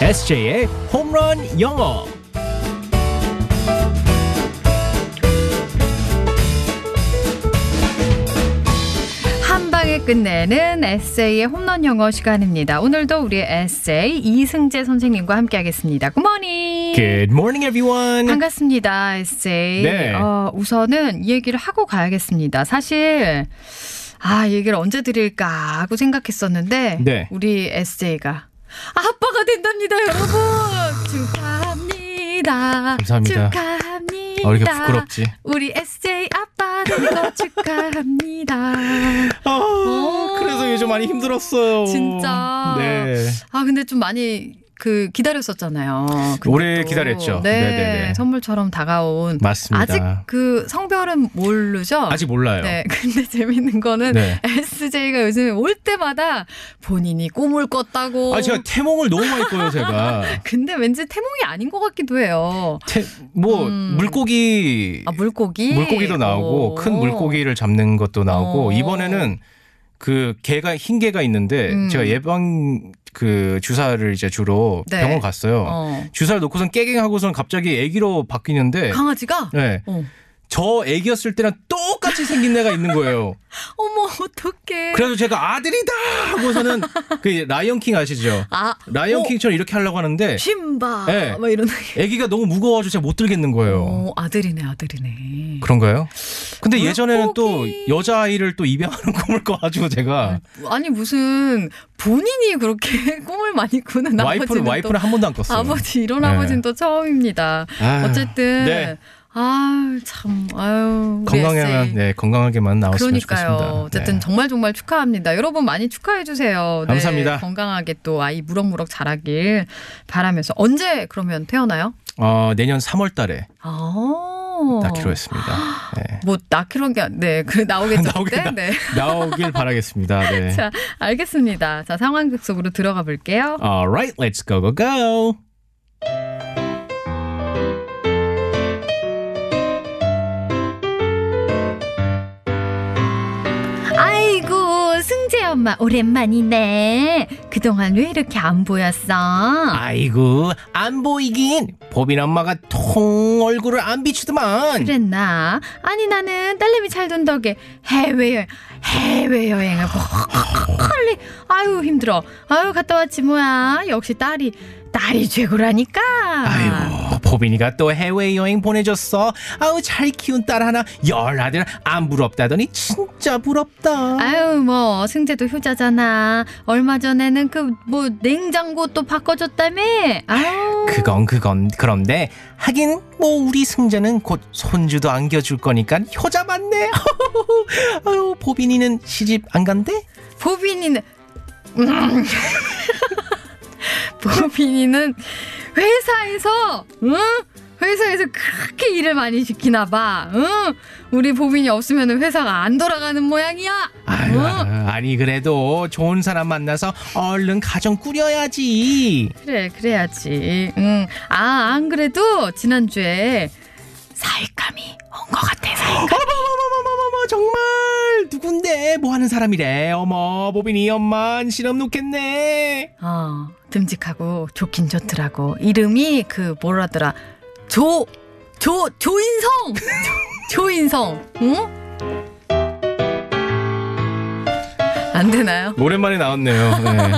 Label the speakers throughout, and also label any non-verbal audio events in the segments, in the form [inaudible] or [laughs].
Speaker 1: SJ의 홈런 영어.
Speaker 2: 한 방에 끝내는 에세이의 홈런 영어 시간입니다. 오늘도 우리의 에세이 이승재 선생님과 함께하겠습니다. 굿모닝.
Speaker 1: Good morning, everyone.
Speaker 2: 반갑습니다, 에세이.
Speaker 1: 네.
Speaker 2: 어, 우선은 이 얘기를 하고 가야겠습니다. 사실 아, 이 얘기를 언제 드릴까 하고 생각했었는데
Speaker 1: 네.
Speaker 2: 우리 에세이가 아빠가 된답니다, 여러분. 축하합니다.
Speaker 1: 감사합니다.
Speaker 2: 축하합니다.
Speaker 1: 어, 이렇게 부끄럽지.
Speaker 2: 우리 에세이 아빠 된 거 축하합니다.
Speaker 1: 아,
Speaker 2: 오.
Speaker 1: 그래서 요즘 많이 힘들었어요.
Speaker 2: 진짜.
Speaker 1: 네.
Speaker 2: 아 근데 좀 많이 그 기다렸었잖아요. 근데
Speaker 1: 오래
Speaker 2: 또.
Speaker 1: 기다렸죠.
Speaker 2: 네,
Speaker 1: 네네네.
Speaker 2: 선물처럼 다가온.
Speaker 1: 맞습니다.
Speaker 2: 아직 그 성별은 모르죠.
Speaker 1: 아직 몰라요.
Speaker 2: 네, [laughs] 근데 재밌는 거는
Speaker 1: 네.
Speaker 2: SJ가 요즘에 올 때마다 본인이 꿈을 꿨다고.
Speaker 1: 아, 제가 태몽을 너무 많이 꿔요, 제가.
Speaker 2: [laughs] 근데 왠지 태몽이 아닌 것 같기도 해요.
Speaker 1: 태, 뭐,
Speaker 2: 음.
Speaker 1: 물고기,
Speaker 2: 아 물고기. 어.
Speaker 1: 물고기도 나오고,
Speaker 2: 오.
Speaker 1: 큰 물고기를 잡는 것도 나오고,
Speaker 2: 오.
Speaker 1: 이번에는 그 개가, 흰 개가 있는데,
Speaker 2: 음.
Speaker 1: 제가 예방 그 주사를 이제 주로
Speaker 2: 네.
Speaker 1: 병원 갔어요.
Speaker 2: 어.
Speaker 1: 주사를 놓고선 깨갱하고선 갑자기 애기로 바뀌는데,
Speaker 2: 강아지가.
Speaker 1: 네.
Speaker 2: 어.
Speaker 1: 저 애기였을 때랑 똑같이 생긴 애가 있는 거예요.
Speaker 2: 어머 어떡해.
Speaker 1: 그래서 제가 아들이다 하고서는 그 라이언킹 아시죠?
Speaker 2: 아
Speaker 1: 라이언킹처럼 이렇게 하려고 하는데
Speaker 2: 신바.
Speaker 1: 네. 어.
Speaker 2: 막 이런.
Speaker 1: 애기가 너무 무거워서 제가 못 들겠는 거예요.
Speaker 2: 오, 아들이네 아들이네.
Speaker 1: 그런가요? 근데 예전에는 또
Speaker 2: 물고기.
Speaker 1: 여자아이를 또 입양하는 꿈을 꿔가지고 제가
Speaker 2: 아니 무슨 본인이 그렇게 [laughs] 꿈을 많이 꾸는
Speaker 1: 와이프를
Speaker 2: 아버지는
Speaker 1: 와이프를 한 번도 안
Speaker 2: 또
Speaker 1: 꿨어요.
Speaker 2: 아버지 이런
Speaker 1: 네.
Speaker 2: 아버지는 또 처음입니다.
Speaker 1: 아,
Speaker 2: 어쨌든
Speaker 1: 네.
Speaker 2: 아유 참 아유 우리
Speaker 1: 건강하게만
Speaker 2: 에세이.
Speaker 1: 네, 건강하게만 나왔으면
Speaker 2: 그러니까요.
Speaker 1: 좋겠습니다.
Speaker 2: 어쨌든
Speaker 1: 네.
Speaker 2: 정말 정말 축하합니다. 여러분 많이 축하해 주세요. 네,
Speaker 1: 감사합니다.
Speaker 2: 건강하게 또 아이 무럭무럭 자라길 바라면서 언제 그러면 태어나요?
Speaker 1: 어, 내년 3월달에
Speaker 2: 아.
Speaker 1: 낳기로 했습니다. 네.
Speaker 2: 뭐 낳기로 게네그
Speaker 1: [laughs]
Speaker 2: 나오겠죠.
Speaker 1: 나오게
Speaker 2: 그때?
Speaker 1: 나-
Speaker 2: 네.
Speaker 1: 나오길 바라겠습니다. 네.
Speaker 2: [laughs] 자 알겠습니다. 자 상황극 속으로 들어가 볼게요.
Speaker 1: Alright, let's go go go.
Speaker 2: 아이고 승재 엄마 오랜만이네. 그동안 왜 이렇게 안 보였어?
Speaker 1: 아이고 안 보이긴 보빈 엄마가 통 얼굴을 안 비추더만
Speaker 2: 그랬나? 아니 나는 딸내미 잘 둔 덕에 해외 여행 해외 여행을 멀리 아유 힘들어. 아유 갔다 왔지 뭐야. 역시 딸이 딸이 최고라니까.
Speaker 1: 아이고 보빈이가 또 해외여행 보내줬어 아우 잘 키운 딸 하나 열 아들 안 부럽다더니 진짜 부럽다
Speaker 2: 아유 뭐 승재도 효자잖아. 얼마 전에는 그 뭐 냉장고 또 바꿔줬다며. 아유
Speaker 1: 그건 그건 그런데 하긴 뭐 우리 승자는 곧 손주도 안겨줄 거니까 효자 맞네 [laughs] 아유 보빈이는 시집 안 간대?
Speaker 2: 보빈이는 음. [laughs] 보빈이는 회사에서 응? 회사에서 그렇게 일을 많이 시키나 봐. 응? 우리 보빈이 없으면 회사가 안 돌아가는 모양이야.
Speaker 1: 아유,
Speaker 2: 어?
Speaker 1: 아유, 아니 그래도 좋은 사람 만나서 얼른 가정 꾸려야지
Speaker 2: 그래 그래야지. 응. 아안 그래도 지난주에 사윗감이 온 것 같아 사윗감.
Speaker 1: 어머머머머머머 정말 누군데 뭐 하는 사람이래 어머 보빈이 엄만 실험 놓겠네
Speaker 2: 어 듬직하고 좋긴 좋더라고. 이름이 그 뭐라더라 조 조, 조인성 [laughs] 조인성 응? 안 되나요?
Speaker 1: 오랜만에 나왔네요 네,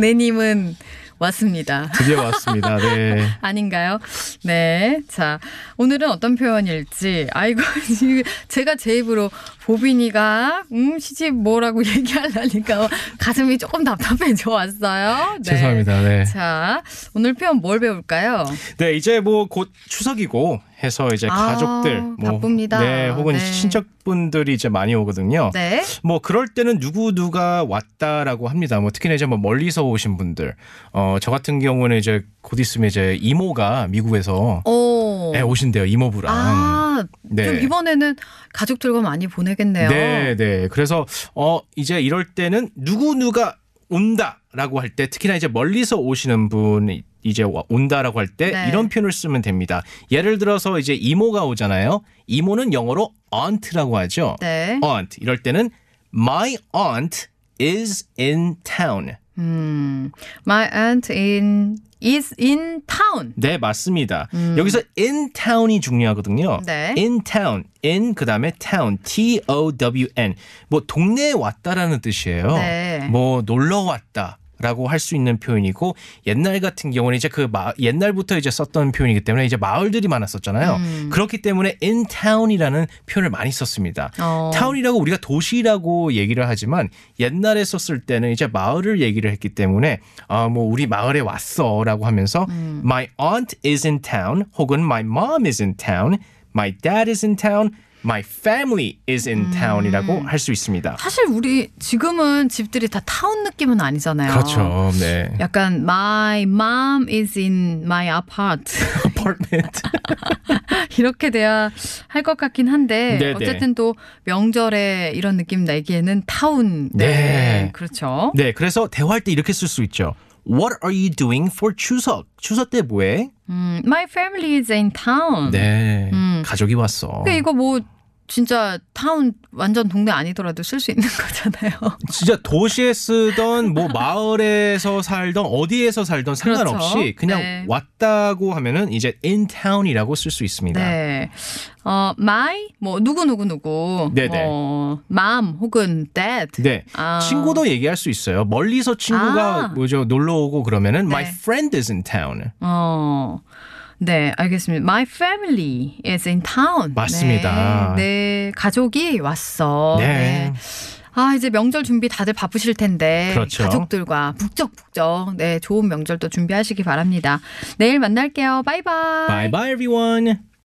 Speaker 2: 내님은 왔습니다.
Speaker 1: 드디어 왔습니다 [laughs] 네.
Speaker 2: 아닌가요? 네. 자, 오늘은 어떤 표현일지. 아이고, [laughs] 지금 제가 제 입으로 보빈이가, 음, 시집 뭐라고 [laughs] 얘기하려니까 가슴이 조금 답답해져 왔어요. 네.
Speaker 1: 죄송합니다 네.
Speaker 2: 자, 오늘 표현 뭘 배울까요?
Speaker 1: 네 이제 뭐 곧 추석이고 해서 이제
Speaker 2: 아,
Speaker 1: 가족들
Speaker 2: 바쁩니다.
Speaker 1: 네 혹은
Speaker 2: 네.
Speaker 1: 친척분들이 이제 많이 오거든요
Speaker 2: 네.
Speaker 1: 뭐 그럴 때는 누구 누가 왔다라고 합니다. 뭐 특히나 이제 뭐 멀리서 오신 분들, 어 저 같은 경우는 이제 곧 있으면 이제 이모가 미국에서
Speaker 2: 오.
Speaker 1: 네, 오신대요 이모부랑.
Speaker 2: 어. 아, 그럼
Speaker 1: 네.
Speaker 2: 이번에는 가족들과 많이 보내겠네요.
Speaker 1: 네, 네. 그래서 어 이제 이럴 때는 누구 누가 온다라고 할 때 특히나 이제 멀리서 오시는 분이 이제 와- 온다라고 할 때
Speaker 2: 네.
Speaker 1: 이런 표현을 쓰면 됩니다. 예를 들어서 이제 이모가 오잖아요. 이모는 영어로 aunt라고 하죠.
Speaker 2: 네.
Speaker 1: aunt 이럴 때는 my aunt is in town.
Speaker 2: 음, my aunt in is in town.
Speaker 1: 네, 맞습니다. 여기서 in town이 중요하거든요.
Speaker 2: 음. 네.
Speaker 1: in town, in 그다음에 town, T O W N. 뭐 동네에 왔다라는 뜻이에요.
Speaker 2: 네.
Speaker 1: 뭐 놀러 왔다. 라고 할 수 있는 표현이고 옛날 같은 경우는 이제 그 마- 옛날부터 이제 썼던 표현이기 때문에 이제 마을들이 많았었잖아요.
Speaker 2: 음.
Speaker 1: 그렇기 때문에 in town이라는 표현을 많이 썼습니다.
Speaker 2: 어.
Speaker 1: 타운이라고 우리가 도시라고 얘기를 하지만 옛날에 썼을 때는 이제 마을을 얘기를 했기 때문에 아 뭐 우리 마을에 왔어라고 하면서
Speaker 2: 음.
Speaker 1: my aunt is in town 혹은 my mom is in town, my dad is in town, my family is
Speaker 2: 음.
Speaker 1: in town이라고 할 수 있습니다.
Speaker 2: 사실 우리 지금은 집들이 다 타운 느낌은 아니잖아요.
Speaker 1: 그렇죠. 네.
Speaker 2: 약간 my mom is in my apart
Speaker 1: [laughs]
Speaker 2: [laughs]
Speaker 1: apartment.
Speaker 2: 이렇게 돼야 할 것 같긴 한데
Speaker 1: 네네.
Speaker 2: 어쨌든 또 명절에 이런 느낌 내기에는 타운
Speaker 1: 네.
Speaker 2: 그렇죠
Speaker 1: 네, 그래서 대화할 때 이렇게 쓸 수 있죠. What are you doing for 추석? 추석 때 뭐해?
Speaker 2: 음, my family is in town
Speaker 1: 네, 가족이 왔어.
Speaker 2: 그 이거 뭐 진짜 타운 완전 동네 아니더라도 쓸 수 있는 [laughs] 거잖아요
Speaker 1: 진짜 도시에 쓰던
Speaker 2: [laughs]
Speaker 1: 뭐 마을에서 살던 어디에서 살던 상관없이
Speaker 2: 그렇죠.
Speaker 1: 그냥
Speaker 2: 네.
Speaker 1: 왔다고 하면은 이제 in town이라고 쓸 수 있습니다.
Speaker 2: 네 어, my 뭐 누구 누구 누구
Speaker 1: 네네.
Speaker 2: 뭐 mom 혹은 dad
Speaker 1: 네.
Speaker 2: 아.
Speaker 1: 친구도 얘기할 수 있어요. 멀리서 친구가
Speaker 2: 아.
Speaker 1: 뭐죠 놀러 오고 그러면은 my
Speaker 2: 네.
Speaker 1: friend is in town.
Speaker 2: 어. 네, 알겠습니다. My family is in town.
Speaker 1: 맞습니다.
Speaker 2: 네, 네, 가족이 왔어.
Speaker 1: 네.
Speaker 2: 아, 이제 명절 준비 다들 바쁘실 텐데.
Speaker 1: 그렇죠.
Speaker 2: 가족들과 북적북적. 네, 좋은 명절도 준비하시기 바랍니다. 내일 만날게요. 바이바이.
Speaker 1: Bye bye everyone.